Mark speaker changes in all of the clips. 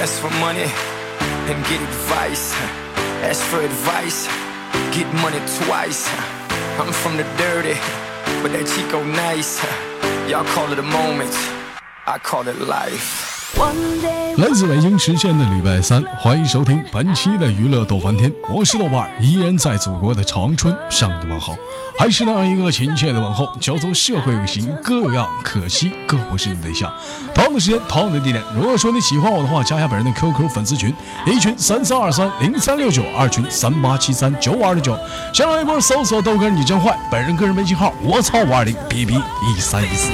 Speaker 1: ask for money and get advice. Ask for advice, get money twice. I'm from the dirty, but that Chico nice. Y'all call it a moment, I call it life.
Speaker 2: 来自北京时间的礼拜三，欢迎收听本期的娱乐逗翻天，我是豆瓣儿，依然在祖国的长春向你问好，还是那样一个亲切的问候，叫做社会型各样，可惜哥不是你对象。同样的时间，同样的地点，如果说你喜欢我的话，加一下本人的 QQ 粉丝群，一群三三二三零三六九，二群三八七三九五二六九，新浪微博搜索豆哥你真坏，本人个人微信号我操五二零 B B 一三一四。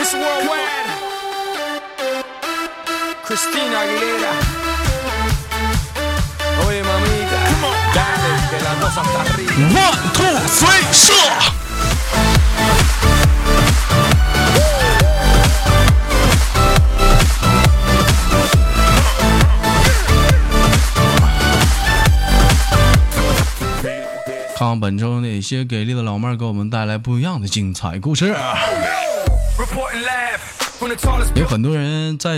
Speaker 1: Miss Worldwide, Christina Aguilera. Oye, mamita, dale, que la cosa está rica.
Speaker 2: One two three 射。看看本周哪些给力的老妹儿给我们带来不一样的精彩故事。
Speaker 1: Reporting live from the tallest
Speaker 2: 有很多人在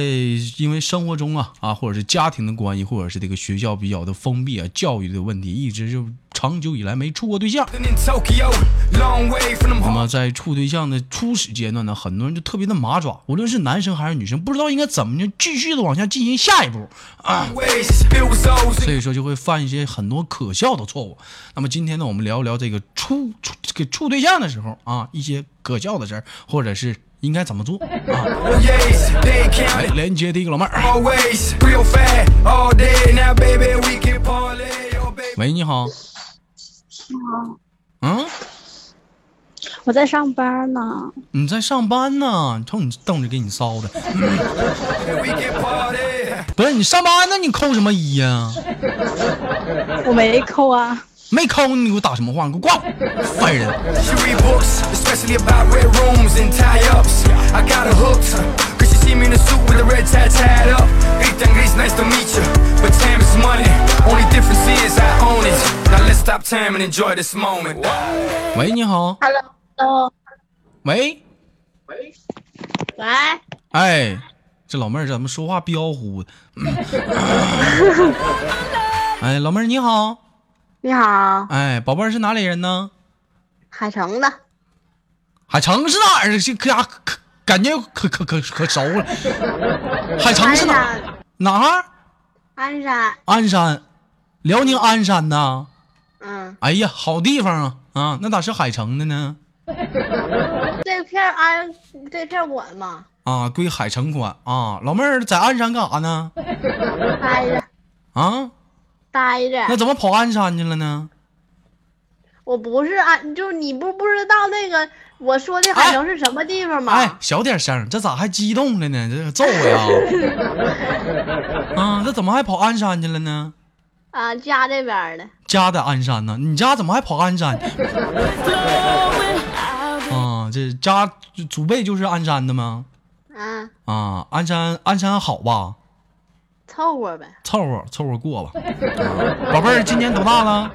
Speaker 2: 因为生活中啊啊，或者是家庭的关系，或者是这个学校比较的封闭啊，教育的问题，一直就长久以来没处过对象。
Speaker 1: building in Tokyo. Long way from them
Speaker 2: 那
Speaker 1: home.
Speaker 2: 么在处对象的初始阶段呢，很多人就特别的麻爪，无论是男生还是女生，不知道应该怎么就继续的往下进行下一步啊，
Speaker 1: Ways, it was those
Speaker 2: 所以说就会犯一些很多可笑的错误。那么今天呢，我们聊一聊这个处处这个处对象的时候啊，一些可笑的事儿，或者是应该怎么做啊。
Speaker 1: days, they
Speaker 2: 来
Speaker 1: counted
Speaker 2: 连接第一个老妹儿，
Speaker 1: always. Real fat all day. Now, baby, we can parlay. Oh, baby.
Speaker 2: 喂，你好，嗯，
Speaker 3: 我在上班呢，
Speaker 2: 你在上班呢？你瞅你瞪着给你骚的，
Speaker 1: We can party.
Speaker 2: 不是你上班呢，你扣什么一呀、
Speaker 3: 我没扣啊，
Speaker 2: 没扣你给我打什么话？你给我挂了，烦人。
Speaker 1: She read books, especially about red rooms and tie-ups. I got her hooked, cause she see me in a suit with a red tie tied up. Hey, thing, it's nice to meet you, but time is money. Only difference is I own it. Now let's stop time and enjoy this moment.
Speaker 2: 喂，你好。
Speaker 4: Hello，Hello
Speaker 2: 喂，
Speaker 4: 喂，
Speaker 2: 哎，这老妹儿怎么说话彪呼的？ 嗯哎，老妹儿你好。
Speaker 4: 你好，
Speaker 2: 哎，宝贝儿是哪里人呢？
Speaker 4: 海城的，
Speaker 2: 海城是哪儿？这可家可感觉可可可可熟了。海城
Speaker 4: 鞍
Speaker 2: 啊是哪
Speaker 4: 山，
Speaker 2: 哪儿？
Speaker 4: 鞍山，
Speaker 2: 鞍山，辽宁鞍山呐。
Speaker 4: 嗯，
Speaker 2: 哎呀，好地方啊啊！那咋是海城的呢？
Speaker 4: 这片儿鞍，这片儿我嘛，
Speaker 2: 啊，归海城管啊。老妹儿在鞍山干啥呢？
Speaker 4: 待着，
Speaker 2: 啊，
Speaker 4: 待
Speaker 2: 那
Speaker 4: 着，
Speaker 2: 怎么跑鞍山去了呢？
Speaker 4: 我不是鞍，就是你不不知道那个我说的海城是什么地方吗？
Speaker 2: 哎，小点声，这咋还激动了呢？这揍我呀！啊，这怎么还跑鞍山去了呢？
Speaker 4: 啊，家这边儿的，
Speaker 2: 家在鞍山呢，你家怎么还跑鞍山？啊，这家祖辈就是鞍山的吗？
Speaker 4: 嗯，
Speaker 2: 啊，鞍山鞍山好吧，
Speaker 4: 凑合呗，
Speaker 2: 凑合凑合过吧。啊、宝贝儿今年多大了？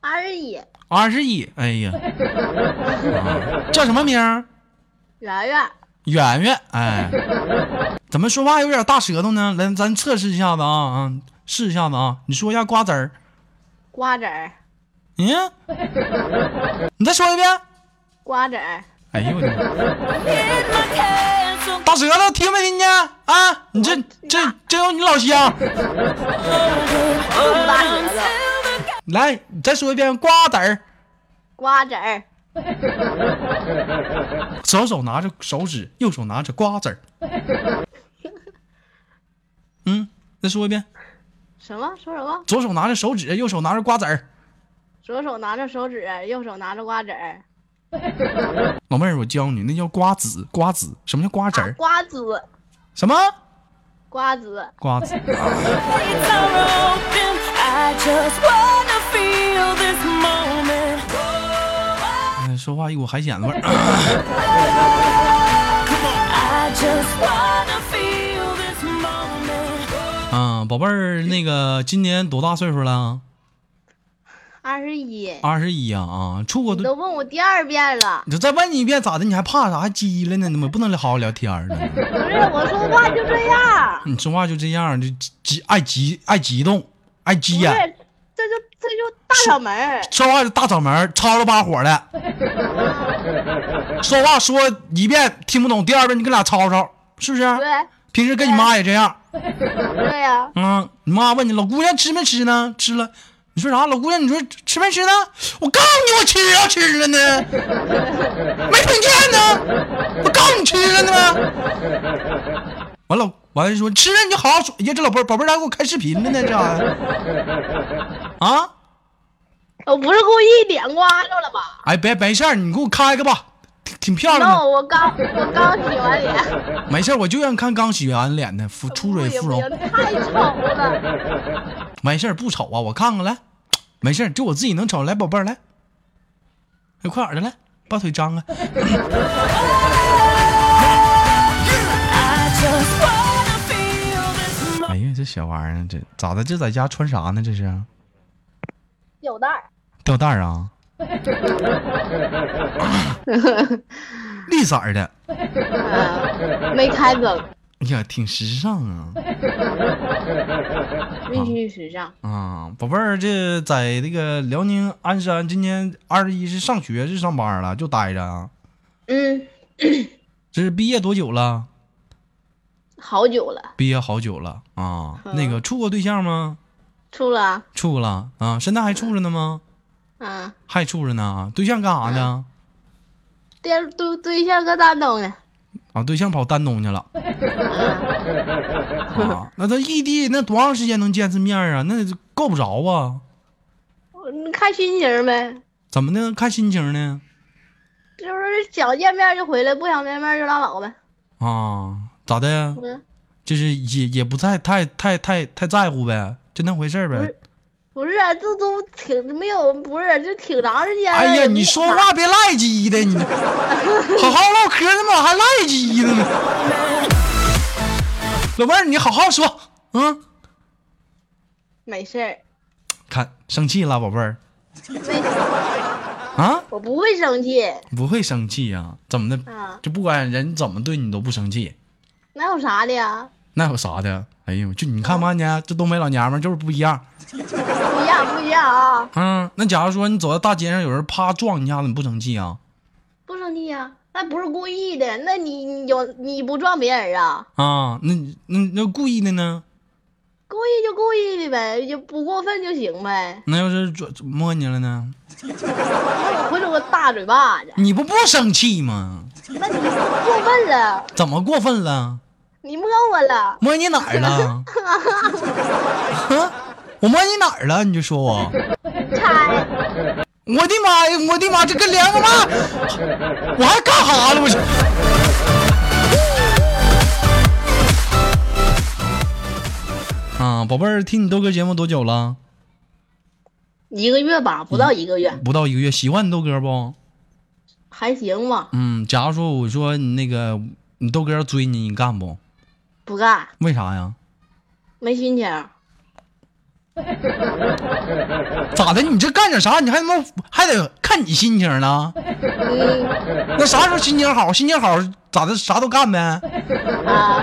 Speaker 4: 二十一，
Speaker 2: 二十一。哎呀，啊叫什么名儿？
Speaker 4: 圆圆，
Speaker 2: 圆圆，哎，怎么说话有点大舌头呢？来，咱测试一下子啊啊，试一下子啊！你说一下瓜子儿，
Speaker 4: 瓜子儿，
Speaker 2: 嗯，你再说一遍。
Speaker 4: 瓜子儿，
Speaker 2: 哎呦我的妈！大舌头听没听见啊？你这这这有你老乡，
Speaker 4: 大舌头，
Speaker 2: 来，你再说一遍瓜子儿，
Speaker 4: 瓜子儿，
Speaker 2: 左手拿着手指，右手拿着瓜子儿。嗯，再说一遍，
Speaker 4: 什么说什么？
Speaker 2: 左手拿着手指，右手拿着瓜子儿。
Speaker 4: 左手拿着手指，右手拿着瓜子儿，
Speaker 2: 老妹儿，我教你，那叫瓜子，瓜子，什么叫瓜子
Speaker 4: 啊
Speaker 2: 儿？
Speaker 4: 瓜子，
Speaker 2: 什么
Speaker 4: 瓜子。
Speaker 2: 瓜子？哎说话一股海鲜味儿。 啊，宝贝儿，那个今年多大岁数了？
Speaker 4: 二十一，
Speaker 2: 二十一啊啊，出国
Speaker 4: 你
Speaker 2: 都
Speaker 4: 都问我第二遍了。
Speaker 2: 你就再问你一遍咋的？你还怕啥？还急了呢？怎么不能好好聊天儿呢？
Speaker 4: 不是哎我说话就这样，
Speaker 2: 你说话就这样，就急急爱急爱激动，爱急
Speaker 4: 不
Speaker 2: 眼、
Speaker 4: 是，这就这就大嗓门儿，
Speaker 2: 说话就大嗓门儿，吵了巴火 的。说话说一遍听不懂，第二遍你跟俩吵吵，是不是？
Speaker 4: 对
Speaker 2: 平时跟你妈也这样，
Speaker 4: 对呀、
Speaker 2: 嗯，你妈问你老姑娘吃没吃呢？吃了。你说啥？老姑娘，你说吃没吃呢？我告诉你，我吃啊，吃了呢，没听见呢？我告诉你吃了呢。完了，完了说吃了你就好好说。哎呀，这老妹儿宝贝儿还给我开视频了呢，这玩意儿啊？
Speaker 4: 我不是故意脸刮着了吧？
Speaker 2: 哎，别没事儿，你给我开开吧，挺挺漂亮的。
Speaker 4: no，我刚我刚洗完脸，
Speaker 2: 没事儿，我就愿意看刚洗完脸的芙出水芙
Speaker 4: 不行
Speaker 2: 蓉
Speaker 4: 不。行，太丑了，
Speaker 2: 没事儿，不丑啊，我看看来。没事儿，就我自己能瞅。来，宝贝儿，来，哎快点儿的，来，把腿张开。哎呀，这小玩意儿，这咋的？这在家穿啥呢？这是
Speaker 4: 有袋儿。
Speaker 2: 吊带儿啊？绿色儿的，
Speaker 4: 嗯没开梗，
Speaker 2: 哎呀，挺时尚 啊。
Speaker 4: 必须时尚。
Speaker 2: 啊，宝贝儿，这在那个辽宁鞍山，今年二十一是上学是上班了，就待着啊。
Speaker 4: 嗯，
Speaker 2: 这是毕业多久了？
Speaker 4: 好久了，
Speaker 2: 毕业好久了啊。那个处过对象吗？
Speaker 4: 出了，
Speaker 2: 处了啊，现在还处着呢吗？
Speaker 4: 嗯，
Speaker 2: 还处着呢？啊对象干啥呢？
Speaker 4: 对对对象搁丹东呢，
Speaker 2: 啊，对象跑丹东去 了。啊，那他异地那多长时间能见次面啊？那够不着啊？
Speaker 4: 你嗯看心情呗，
Speaker 2: 怎么的？看心情呢？
Speaker 4: 就是想见面就回来，不想见面就拉倒呗。
Speaker 2: 啊，咋的呀？
Speaker 4: 嗯，
Speaker 2: 就是也也不太太太太太在乎呗，就那回事儿呗。
Speaker 4: 不是不是，这都挺没有，不是就挺长时间了。
Speaker 2: 哎呀，
Speaker 4: 也没
Speaker 2: 你
Speaker 4: 有
Speaker 2: 说
Speaker 4: 啥
Speaker 2: 话别赖叽的， 你好好唠嗑，怎么还赖叽的呢？老妹儿，你好好说，嗯，
Speaker 4: 没事儿，
Speaker 2: 看生气了，宝贝儿，啊，
Speaker 4: 我不会生气
Speaker 2: 不会生气呀、怎么的？
Speaker 4: 啊，
Speaker 2: 就不管人怎么对你都不生气，
Speaker 4: 那有啥的呀？
Speaker 2: 那有啥的？哎呦，就你看吧，你这东北老娘们儿就是不一样。
Speaker 4: 不一样，不一样啊，
Speaker 2: 嗯，那假如说你走在大街上，有人啪撞你一下子，你不生气啊？
Speaker 4: 不生气啊，那不是故意的。那你你有你不撞别人啊？
Speaker 2: 啊，那那那故意的呢？
Speaker 4: 故意就故意的呗，就不过分就行呗。
Speaker 2: 那要是撞摸你了呢？
Speaker 4: 那我回头我大嘴巴子，
Speaker 2: 你不不生气吗？
Speaker 4: 那你过分了，
Speaker 2: 怎么过分了？
Speaker 4: 你摸我了，
Speaker 2: 摸你哪儿了？ 我摸你哪儿了？你就说我，
Speaker 4: 猜
Speaker 2: 我的妈呀，我的妈，这个两个妈，我还干哈了？我是。啊，宝贝儿，听你豆哥节目多久了？
Speaker 4: 一个月吧，不到一个月，
Speaker 2: 不到一个月。喜欢你豆哥不？
Speaker 4: 还行吧，
Speaker 2: 嗯，假如说我说你那个你豆哥要追你，你干不？
Speaker 4: 不干，
Speaker 2: 为啥呀？
Speaker 4: 没心情。
Speaker 2: 咋的？你这干点啥？你还他妈还得看你心情呢？
Speaker 4: 嗯
Speaker 2: 那啥时候心情好？心情好咋的？啥都干呗。
Speaker 4: 啊，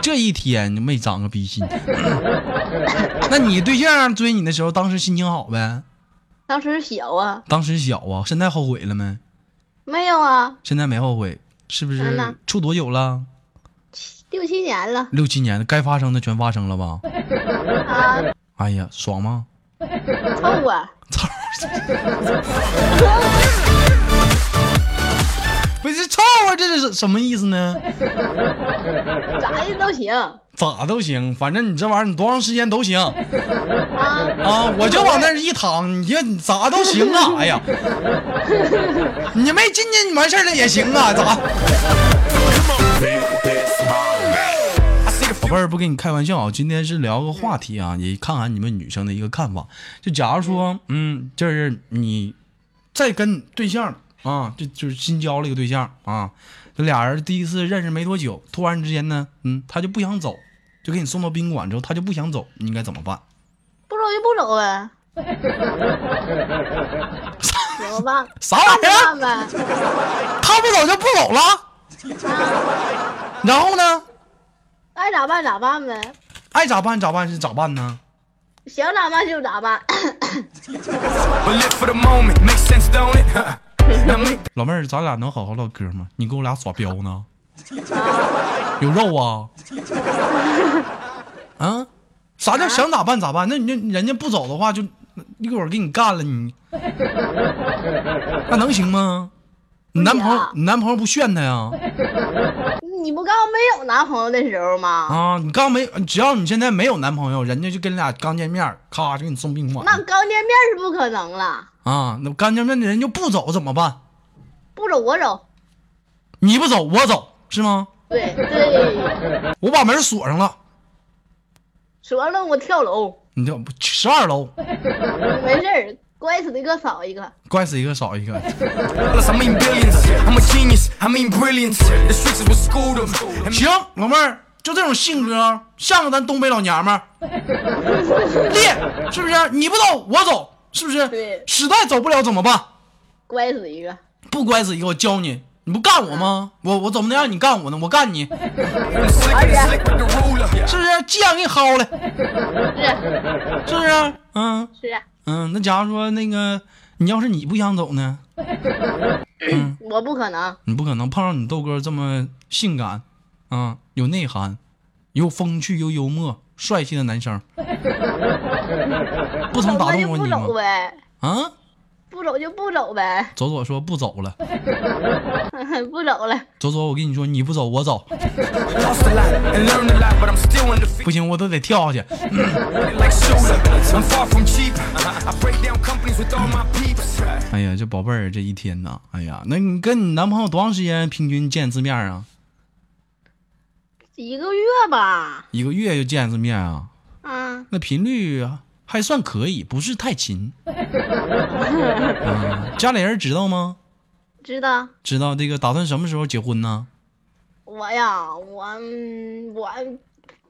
Speaker 2: 这一天就没长个逼心。那你对象追你的时候，当时心情好呗？
Speaker 4: 当时小啊，
Speaker 2: 当时小啊，现在后悔了没？
Speaker 4: 没有啊，
Speaker 2: 现在没后悔，是不
Speaker 4: 嗯呐
Speaker 2: 是？处多久了？
Speaker 4: 六七年了
Speaker 2: 六七年，该发生的全发生了吧？
Speaker 4: 啊，
Speaker 2: 哎呀，爽吗？
Speaker 4: 凑合。
Speaker 2: 操！不是操啊，这是什么意思呢？
Speaker 4: 咋的都行
Speaker 2: 咋都行，反正你这玩意儿，你多长时间 都行。
Speaker 4: 啊，
Speaker 2: 啊，我就往那儿一躺，你这你咋都行 啊！哎呀，你没进去，你完事儿了也行啊？咋？宝贝儿，不跟你开玩笑啊，今天是聊个话题啊，也看看你们女生的一个看法。就假如说，嗯，就是你再跟对象啊，就就是新交了一个对象啊，这俩人第一次认识没多久，突然之间呢，嗯，他就不想走，就给你送到宾馆之后，他就不想走，你应该怎么办？
Speaker 4: 不走就不走呗，行吧，
Speaker 2: 啥玩意儿
Speaker 4: 看吧呗，
Speaker 2: 他不走就不走了。然后呢？
Speaker 4: 爱咋办咋办呗，
Speaker 2: 爱咋办咋办是咋办呢？
Speaker 4: 想咋办就咋办。
Speaker 1: But live for the moment, makes sense, don't it? now make
Speaker 2: 老妹儿，咱俩能好好唠嗑吗？你给我俩耍彪呢？有肉啊？啊？啥叫想咋办咋办？那你就人家不走的话，就一会儿给你干了你，那能行吗？你男朋友，你男朋友不炫他呀？
Speaker 4: 你不刚没有男朋友的时候吗？
Speaker 2: 啊，你刚没，只要你现在没有男朋友，人家就跟你俩刚见面儿，咔就给你送宾馆
Speaker 4: 那刚见面是不可能了，
Speaker 2: 啊。那刚见面的人就不走怎么办？
Speaker 4: 不走我走。
Speaker 2: 你不走我走是吗？
Speaker 4: 对对，
Speaker 2: 我把门锁上了，
Speaker 4: 说了我跳楼，
Speaker 2: 你这十二楼，
Speaker 4: 没事儿，乖死一个少一个。
Speaker 2: 怪死一个少一 个。
Speaker 1: dollars, I mean billions. I'm a genius, I mean brilliance. The streets is what schooled them. And
Speaker 2: 行，老妹儿，就这种性格，像个咱东北老娘 们儿，烈是不是？你不走我走，是不是
Speaker 4: 对？
Speaker 2: 实在走不了怎么办？
Speaker 4: 乖死一个，
Speaker 2: 不乖死一个，我教你，你不干我吗？
Speaker 4: 嗯
Speaker 2: 我我怎么能让你干我呢？我干你，是
Speaker 1: I'm slick and slick with the ruler.
Speaker 2: 不是？急眼给你薅了。
Speaker 4: 是
Speaker 2: 是不是？嗯
Speaker 4: 是，啊
Speaker 2: 嗯，那假如说那个你要是你不想走呢，
Speaker 4: 我不可能，
Speaker 2: 你不可能碰上你豆哥这么性感，啊，有内涵，又风趣又幽默、帅气的男生，不曾打
Speaker 4: 那
Speaker 2: 动
Speaker 4: 就
Speaker 2: 过
Speaker 4: 不
Speaker 2: 你吗
Speaker 4: 走？呗，
Speaker 2: 啊，
Speaker 4: 不走就不走呗，
Speaker 2: 左左说不走了，
Speaker 4: 不走了。
Speaker 2: 左左，我跟你说，你不走我走，
Speaker 1: Lost a lot and learned a lot, but I'm still in the
Speaker 2: 不行，我都得跳下去。
Speaker 1: like shoulder. I'm far from cheap. I break down companies with all my peeps.
Speaker 2: 哎呀，这宝贝儿这一天呐，哎呀，那你跟你男朋友多长时间平均见一次面啊？
Speaker 4: 一个月吧，
Speaker 2: 一个月就见一次面啊？
Speaker 4: 啊，
Speaker 2: 那频率啊还算可以，不是太勤。嗯家里人知道吗？
Speaker 4: 知道
Speaker 2: 知道这个打算什么时候结婚呢？
Speaker 4: 我呀，我嗯我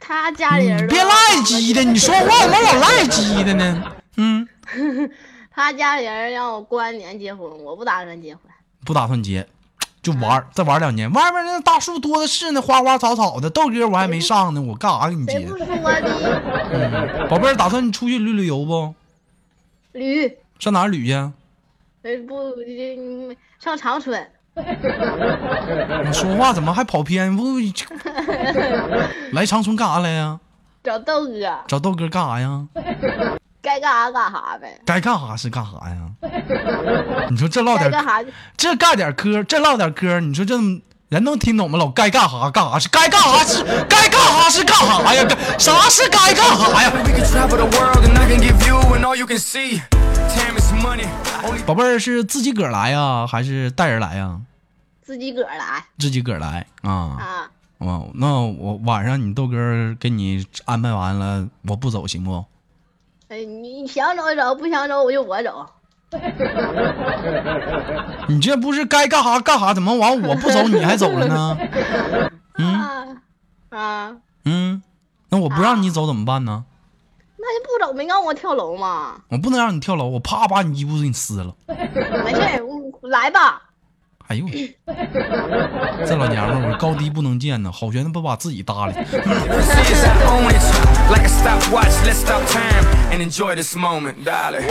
Speaker 4: 他家里
Speaker 2: 你
Speaker 4: 人都
Speaker 2: 嗯别赖鸡的，你说话怎么老赖鸡的呢？嗯，
Speaker 4: 他家里人让我过完年结婚，我不打算结婚，
Speaker 2: 不打算结，就玩儿，再玩儿两年。外面那大树多的是呢，花花草草的。豆哥我还没上呢，我干啥给你
Speaker 4: 谁
Speaker 2: 结嗯
Speaker 4: 不？说的？
Speaker 2: 宝贝儿，打算你出去旅旅游不？
Speaker 4: 驴，
Speaker 2: 上哪儿旅去？啊
Speaker 4: 呃不嗯上长春，
Speaker 2: 你说话怎么还跑偏？不，来长春干啥来呀？
Speaker 4: 找豆哥，
Speaker 2: 找豆哥干啥呀？
Speaker 4: 该干啥干啥呗，
Speaker 2: 该干啥是干啥 呀？你说这唠
Speaker 4: 该
Speaker 2: 点
Speaker 4: 干啥就
Speaker 2: 这干点嗑，这唠点嗑，你说这人能听懂吗？老该干啥干啥是该干啥是该干啥是干啥呀？该啥是该干啥呀？
Speaker 1: We can travel the world and I can give you and all you can see. Time is money. Only
Speaker 2: 宝贝儿是自己个儿来呀，还是带人来呀？
Speaker 4: 自己个儿来
Speaker 2: 自己个儿来啊！
Speaker 4: 啊，
Speaker 2: 哦，那我晚上你豆哥儿给你安排完了，我不走行不？
Speaker 4: 哎你想走就走，不想走我就我走，
Speaker 2: 你这不是该干啥干啥？怎么完我不走你还走了呢？
Speaker 4: 啊啊，
Speaker 2: 嗯，那我不让你走怎么办呢？
Speaker 4: 那就不走，没让我跳楼吗？
Speaker 2: 我不能让你跳楼，我啪把你衣服给你撕了。
Speaker 4: 没事儿，我来吧。
Speaker 2: 哎呦， 这老娘们儿，我高低不能见呢，好悬他不把自己搭理。
Speaker 1: difference is I own it. Like a stopwatch, let's stop time and enjoy this moment, darling.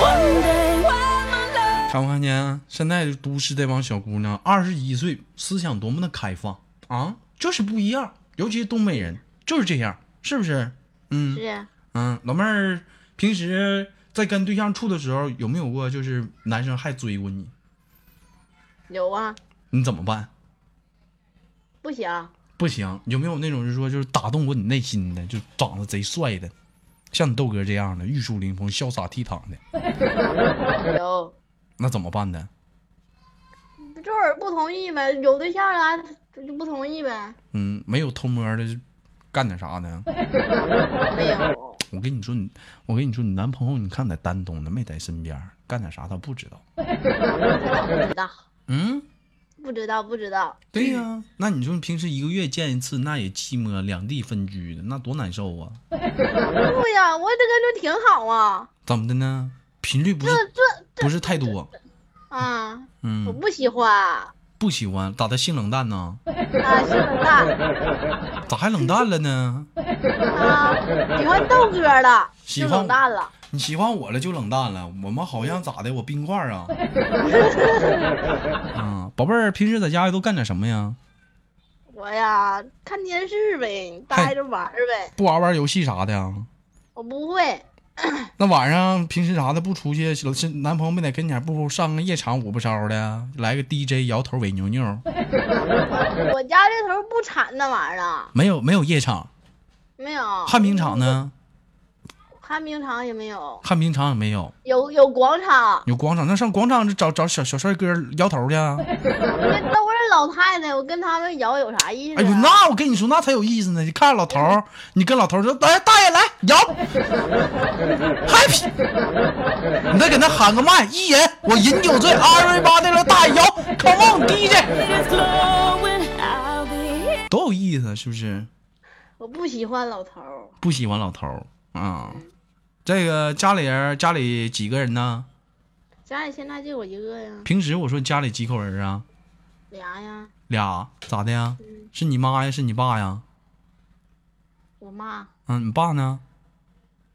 Speaker 2: 看没看见？现在都市这帮小姑娘，二十一岁，思想多么的开放啊，就是不一样。尤其是东北人，就是这样，是不是？嗯
Speaker 4: 是
Speaker 2: 嗯，老妹儿，平时在跟对象处的时候，有没有过就是男生还追过你，
Speaker 4: 有啊，
Speaker 2: 你怎么办？
Speaker 4: 不行，
Speaker 2: 不行，有没有那种就是说就是打动过你内心的，就长得贼帅的，像你豆哥这样的玉树临风、潇洒倜傥的？
Speaker 4: 有，
Speaker 2: 那怎么办呢？
Speaker 4: 就是不同意呗，有对象了就不同意呗，
Speaker 2: 嗯，没有偷摸的，干点啥 呢？
Speaker 4: 没有，
Speaker 2: 我跟你说，你我跟你说，你男朋友你看在丹东呢，没在身边，干点啥他不知道。
Speaker 4: 不知道，
Speaker 2: 嗯，
Speaker 4: 不知道，不知道，
Speaker 2: 对呀、那你说平时一个月见一次，那也寂寞，两地分居的，那多难受啊！
Speaker 4: 对呀、我这个就挺好啊，
Speaker 2: 怎么的呢？频率不是不是太多，
Speaker 4: 啊，我
Speaker 2: 嗯，
Speaker 4: 不喜欢啊，
Speaker 2: 不喜欢，咋的？性冷淡呢？
Speaker 4: 是冷淡
Speaker 2: 咋还冷淡了呢？
Speaker 4: 啊，喜欢豆哥了，
Speaker 2: 喜
Speaker 4: 就
Speaker 2: 欢
Speaker 4: 冷淡了。
Speaker 2: 你喜欢我了就冷淡了，我们好像咋的？我冰块儿 啊？啊，宝贝儿，平时在家都干点什么呀？
Speaker 4: 我呀，看电视呗，
Speaker 2: 嗨
Speaker 4: 待着玩儿呗，
Speaker 2: 不玩玩游戏啥的啊呀？
Speaker 4: 我不会。
Speaker 2: 那晚上平时啥的不出去，是男朋友没在跟前，不上个夜场五不烧的，来个 DJ 摇头尾牛牛，
Speaker 4: 我家这头不产那玩意儿啊，
Speaker 2: 没有没有夜场，
Speaker 4: 没有。
Speaker 2: 旱冰场？呢？
Speaker 4: 旱冰场也没有，
Speaker 2: 旱冰场也没有，
Speaker 4: 有有广场，
Speaker 2: 有广场，那上广场找找小小帅哥摇头去啊。
Speaker 4: 那都是老太太，我跟他们摇有啥意
Speaker 2: 哎
Speaker 4: 思、啊？
Speaker 2: 呦，那我跟你说，那才有意思呢。你看老头儿，你跟老头儿说，来大爷来摇，happy，你再给他喊个麦，一人我饮酒醉，二十八的了，大爷摇，come on DJ，多有意思，啊是不是？
Speaker 4: 我不喜欢老头儿，
Speaker 2: 不喜欢老头儿啊。这个家里人，家里几个人呢？
Speaker 4: 家里现在就我一个呀，
Speaker 2: 平时我说家里几口人啊？
Speaker 4: 俩呀，
Speaker 2: 俩，咋的呀？是你妈呀？是你爸呀？
Speaker 4: 我妈，
Speaker 2: 嗯，你爸呢？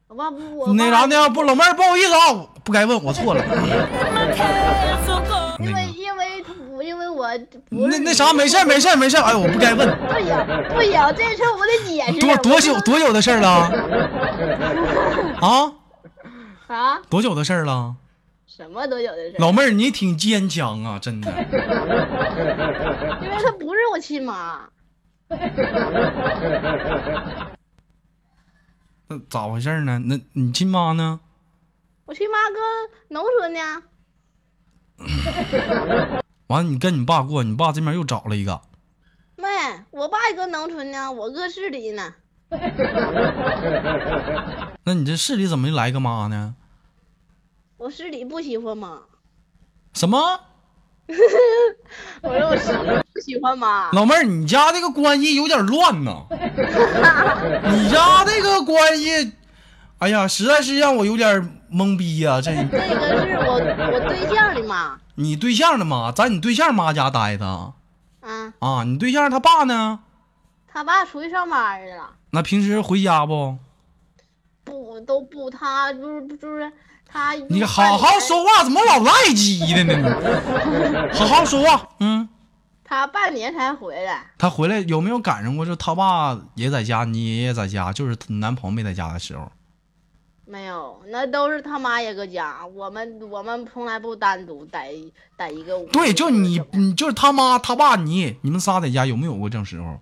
Speaker 4: 我爸不，我
Speaker 2: 那
Speaker 4: 爸
Speaker 2: 啥呢？不，老妹儿，不好意思啊，我不该问，我错了。那
Speaker 4: 因为
Speaker 2: 个，
Speaker 4: 因为我因为我不
Speaker 2: 那
Speaker 4: 是
Speaker 2: 那啥，没事儿没事儿没事儿，哎，我不该问，
Speaker 4: 不行不行，这事儿我得解释。
Speaker 2: 多多
Speaker 4: 我
Speaker 2: 久
Speaker 4: 不
Speaker 2: 多久的事儿了？啊，
Speaker 4: 啊？
Speaker 2: 多久的事儿了？
Speaker 4: 什么多久的事儿？
Speaker 2: 老妹儿，你挺坚强啊，真的。
Speaker 4: 因为她不是我亲妈，
Speaker 2: 那咋回事儿呢？那你亲妈呢？
Speaker 4: 我亲妈搁农村呢。
Speaker 2: 完了，你跟你爸过，你爸这边又找了一个。
Speaker 4: 妹，我爸也搁农村呢，我搁市里呢。
Speaker 2: 那你这市里怎么就来个妈呢？
Speaker 4: 我市里不喜欢妈，
Speaker 2: 什么？
Speaker 4: 我说我市里不喜欢妈。
Speaker 2: 老妹儿，你家这个关系有点乱呐！你家这个关系，哎呀，实在是让我有点懵逼呀、这
Speaker 4: 这个是我我对象的妈，
Speaker 2: 你对象的妈在你对象妈家待着
Speaker 4: 啊，
Speaker 2: 啊？你对象他爸呢？
Speaker 4: 他爸出去上班去了，
Speaker 2: 那平时回家不？
Speaker 4: 不都不，他就是就是他。
Speaker 2: 你好好说。话，怎么老赖叽的呢？你好好说话。嗯，
Speaker 4: 他半年才回来，
Speaker 2: 他回来有没有赶上过？就他爸也在家，你爷爷在家，就是你男朋友没在家的时候。
Speaker 4: 没有，那都是他妈也搁家，我们我们从来不单独待一待一个屋。
Speaker 2: 对，就你，你就是他妈、他爸、你，你们仨在家有没有过这种时候？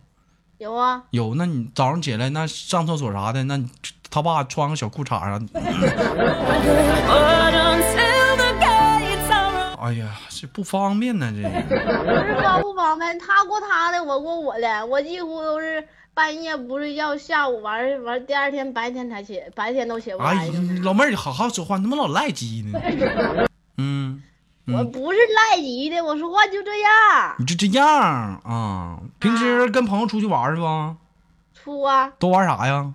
Speaker 4: 有啊，
Speaker 2: 有，那你早上起来那上厕所啥的，那你他爸穿个小裤衩啊，哎呀，这不方便呢，这
Speaker 4: 不是方不方便，他过他的，我过我的，我几乎都是半夜不睡觉，下午完事完第二天白天才起，白天都起不
Speaker 2: 哎
Speaker 4: 来
Speaker 2: 呀。，老妹儿，你好好说话，你怎么老赖叽呢？嗯，
Speaker 4: 我不是赖皮的，我说话就这样。
Speaker 2: 你就这样儿啊、平时跟朋友出去玩儿是吧？
Speaker 4: 出啊，
Speaker 2: 都玩啥呀？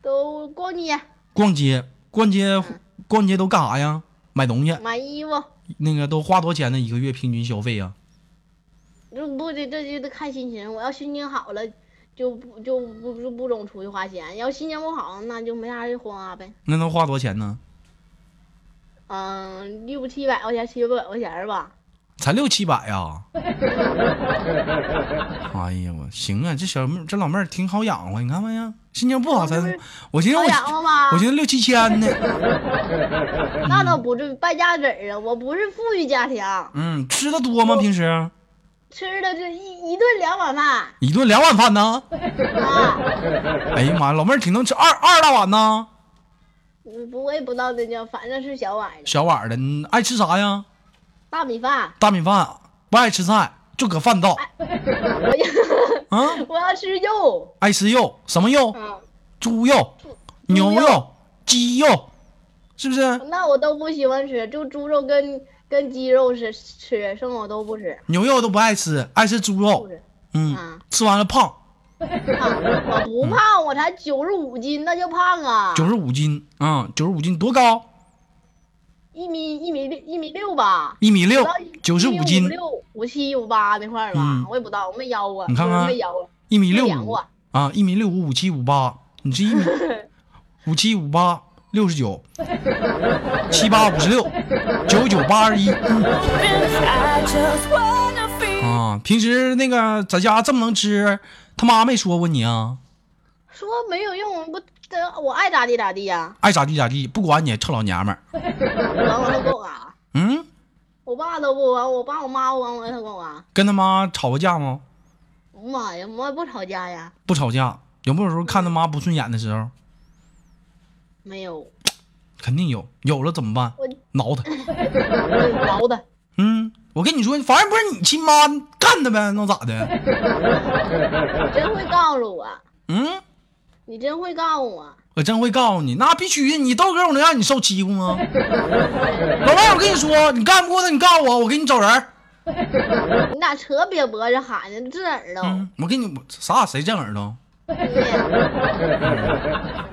Speaker 4: 都逛街
Speaker 2: 逛街，逛街，逛街都干啥呀？买东西，
Speaker 4: 买衣服，
Speaker 2: 那个都花多少钱呢？一个月平均消费啊呀、
Speaker 4: 这不得这就得看心情。我要心情好了，就不就不就不总出去花钱；要心情不好，那就没啥就花呗。
Speaker 2: 那能花多少钱呢？
Speaker 4: 嗯，六七百块钱，七八百块钱吧。
Speaker 2: 才六七百呀！哎呀，我行啊，这小妹儿这老妹儿挺好养活，啊你看没呀？心情不好才
Speaker 4: 我这不，
Speaker 2: 我寻思
Speaker 4: 好
Speaker 2: 我
Speaker 4: 养活吗
Speaker 2: 我？寻思六七千呢。
Speaker 4: 那倒不至于败家子儿啊！我不是富裕家庭，
Speaker 2: 嗯，吃的多
Speaker 4: 哦
Speaker 2: 吗？平时
Speaker 4: 吃的这一一顿两碗饭
Speaker 2: 一顿两碗饭呢？
Speaker 4: 啊，
Speaker 2: 哎呀妈呀，老妹儿挺能吃，二二大碗呢，
Speaker 4: 嗯不会不到那叫，反正是小碗的
Speaker 2: 小碗儿的。你爱吃啥呀？
Speaker 4: 大米饭。
Speaker 2: 大米饭，不爱吃菜，就搁饭倒。
Speaker 4: 哎我要
Speaker 2: 啊，
Speaker 4: 我要吃肉，
Speaker 2: 爱吃肉，什么肉？
Speaker 4: 嗯，
Speaker 2: 猪肉、牛肉、鸡肉，是不是？
Speaker 4: 那我都不喜欢吃，就猪肉跟跟鸡肉是吃，剩我都不吃。
Speaker 2: 牛肉都不爱吃，爱吃猪肉
Speaker 4: 不。是
Speaker 2: 嗯
Speaker 4: 啊，
Speaker 2: 吃完了胖。
Speaker 4: 胖，我不胖，我才九十五斤，那叫胖啊！
Speaker 2: 九十五斤啊，九十五斤多高？
Speaker 4: 一米一米六一米六吧，
Speaker 2: 一米六
Speaker 4: 到，
Speaker 2: 九十
Speaker 4: 五
Speaker 2: 五斤，
Speaker 4: 六五七五八那块儿吧
Speaker 2: 嗯，
Speaker 4: 我也不知道，我没腰过，
Speaker 2: 你看看
Speaker 4: 我没腰过，啊
Speaker 2: 一米六
Speaker 4: 没量
Speaker 2: 五
Speaker 4: 过
Speaker 2: 啊，一米六五五七五八，你这 一米五七五八六十九，七八五十六，九九八二一嗯
Speaker 5: I just wanna feel
Speaker 2: 啊。平时那个在家这么能吃，他妈没说过你啊？
Speaker 4: 说没有用，不，这我爱咋地咋地呀、
Speaker 2: 爱咋地咋地，不管你，臭老娘们儿。
Speaker 4: 管我他管我啊！
Speaker 2: 嗯，
Speaker 4: 我爸都不管我，我爸我妈不管我，他管我啊。
Speaker 2: 跟他妈吵过架吗？
Speaker 4: 妈呀，我也不吵架呀，
Speaker 2: 不吵架，有没有时候看他妈不顺眼的时候？
Speaker 4: 没有，
Speaker 2: 肯定有，有了怎么办
Speaker 4: 我？
Speaker 2: 挠他。
Speaker 4: 挠他，
Speaker 2: 嗯，我跟你说，反正不是你亲妈干他呗，能咋的？
Speaker 4: 你真会告诉我，
Speaker 2: 嗯，
Speaker 4: 你真会告诉我，
Speaker 2: 我真会告诉你，那必须的。你豆哥，我能让你受欺负吗？老妹儿，我跟你说，你干不过他，你告诉我，我给你找人儿。
Speaker 4: 你咋扯瘪脖子喊的这耳朵？
Speaker 2: 嗯，我给你啥谁正耳朵？
Speaker 4: 你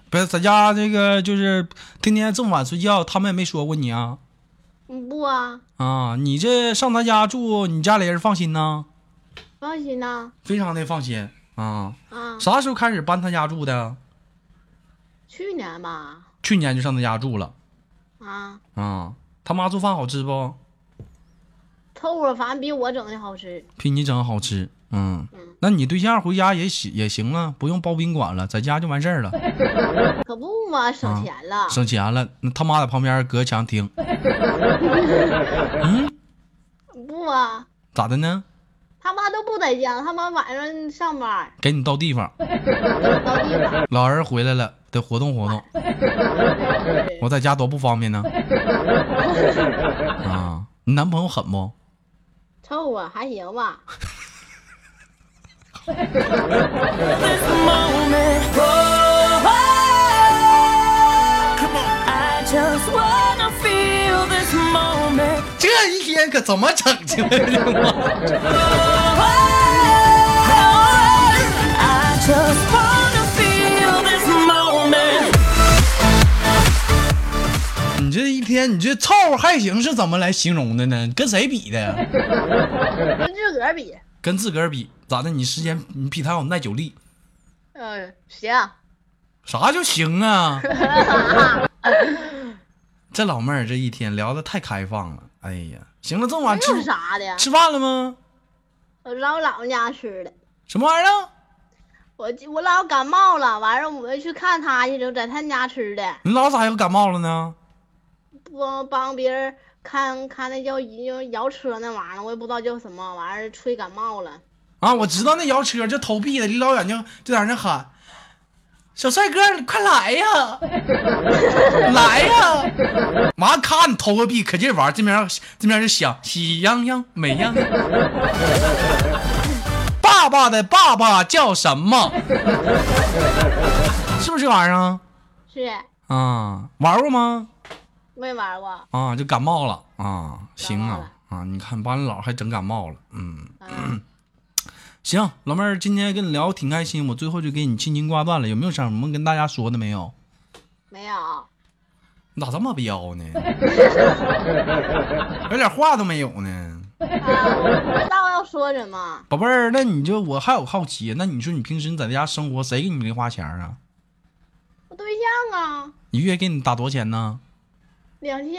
Speaker 2: 不是在家这个就是天天这么晚睡觉，他们也没说过你啊
Speaker 4: 你不啊？
Speaker 2: 啊！你这上他家住，你家里人放心呐，
Speaker 4: 放心呐，
Speaker 2: 非常的放心啊。
Speaker 4: 啊，
Speaker 2: 啥时候开始搬他家住的？
Speaker 4: 去年吧，
Speaker 2: 去年就上他家住了
Speaker 4: 啊，
Speaker 2: 啊。他妈做饭好吃不？
Speaker 4: 凑合，反正比我整的好吃。
Speaker 2: 比你整的好吃。嗯，那你对象回家也行也行了，不用包宾馆了，在家就完事儿了，
Speaker 4: 可不嘛，省钱了。
Speaker 2: 啊省钱了。那他妈在旁边隔墙听，
Speaker 4: 不啊，
Speaker 2: 咋的呢？
Speaker 4: 他妈都不在家，他妈晚上上班，
Speaker 2: 给你到地方，
Speaker 4: 到地方。
Speaker 2: 老人回来了，得活动活动。我在家多不方便呢。啊，你男朋友狠不？
Speaker 4: 凑合还行吧，
Speaker 5: this moment. Oh, oh, Come on. I just wanna feel this moment.
Speaker 2: 这一天可怎么整去了？
Speaker 5: Oh, oh, I just wanna feel this moment.
Speaker 2: 你这一天，你这凑合还行是怎么来形容的呢？跟谁比的？
Speaker 4: 跟自个儿比，
Speaker 2: 跟自个儿比，咋的？你时间你比他有耐久力，
Speaker 4: 嗯，行。
Speaker 2: 啊啥就行啊？ 这老妹儿这一天聊的太开放了，哎呀，行了，这么晚
Speaker 4: 有
Speaker 2: 吃
Speaker 4: 啥的呀？
Speaker 2: 吃饭了吗？
Speaker 4: 我老我姥姥家吃的，
Speaker 2: 什么玩意儿啊？
Speaker 4: 我我姥姥感冒了，完了我去看她去了，在她家吃的，
Speaker 2: 你老咋又感冒了呢？
Speaker 4: 帮帮别人看看那叫摇摇车那玩意儿，我也不知道叫什么玩意儿，吹感冒了。
Speaker 2: 啊，我知道那摇车，这投币的离老远就就在那喊，小帅哥，你快来呀，来呀！完咔，你投个币，可劲玩，这边这边就响，喜洋洋，美洋洋。爸爸的爸爸叫什么？是不是这玩意儿啊？
Speaker 4: 是
Speaker 2: 啊，玩过吗？
Speaker 4: 没玩过，
Speaker 2: 啊，就感冒了啊，行
Speaker 4: 感冒
Speaker 2: 啊
Speaker 4: 了
Speaker 2: 啊，你看把你姥还整感冒了，嗯。
Speaker 4: 嗯，
Speaker 2: 行，老妹儿，今天跟你聊挺开心，我最后就给你轻轻挂断了。有没有想什么跟大家说的没有？
Speaker 4: 没有，
Speaker 2: 你咋这么彪呢？ 有点话都没有呢，
Speaker 4: 不知道要说什么。
Speaker 2: 宝贝儿。那你就我还有好奇，那你说你平时你在家生活，谁给你零花钱啊？
Speaker 4: 我对象啊，
Speaker 2: 一月给你打多少钱呢？
Speaker 4: 两千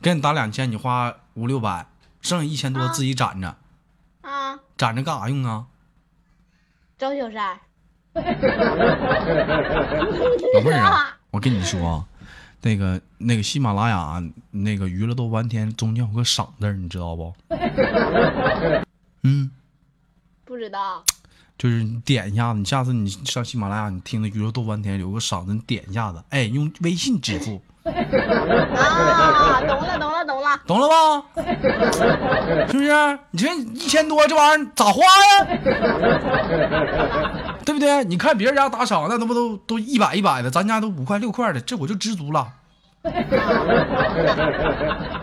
Speaker 2: 给你打两千，你花五六百，剩下一千多自己攒着，
Speaker 4: 啊，
Speaker 2: 攒着干啥用啊？
Speaker 4: 找小三儿，
Speaker 2: 老妹儿啊，我跟你说啊，那个那个喜马拉雅那个娱乐豆半天中间有个赏字儿，你知道不？嗯，
Speaker 4: 不知道，
Speaker 2: 就是你点一下子，你下次你上喜马拉雅，你听那娱乐豆半天有个赏字，你点一下子，哎，用微信支付，
Speaker 4: 啊，懂了懂了懂了，
Speaker 2: 懂了吧？ 是不是？你这一千多这玩意儿咋花呀？ 对不对？你看别人家打赏，那他妈都都一百一百的，咱家都五块六块的，这我就知足了。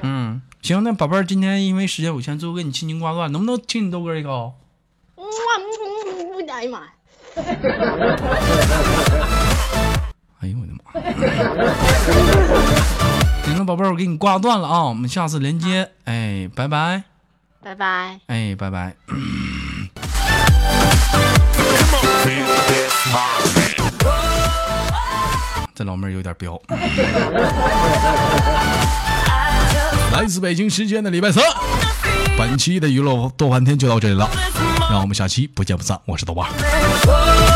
Speaker 2: 嗯，行，那宝贝儿，今天因为时间有限，最后给你轻轻挂断，能不能亲你豆哥一口？
Speaker 4: 嗯哇嗯嗯嗯嗯哎呀妈呀，
Speaker 2: 哎呦我的妈！ 行了，宝贝儿，我给你挂断了啊，我们下次连接。哎，拜拜，
Speaker 4: 拜拜。
Speaker 2: 哎，拜拜。这老妹儿有点彪。
Speaker 3: 来自北京时间的礼拜三，本期的娱乐逗翻天就到这里了，让我们下期不见不散。我是豆瓣儿。
Speaker 5: Oh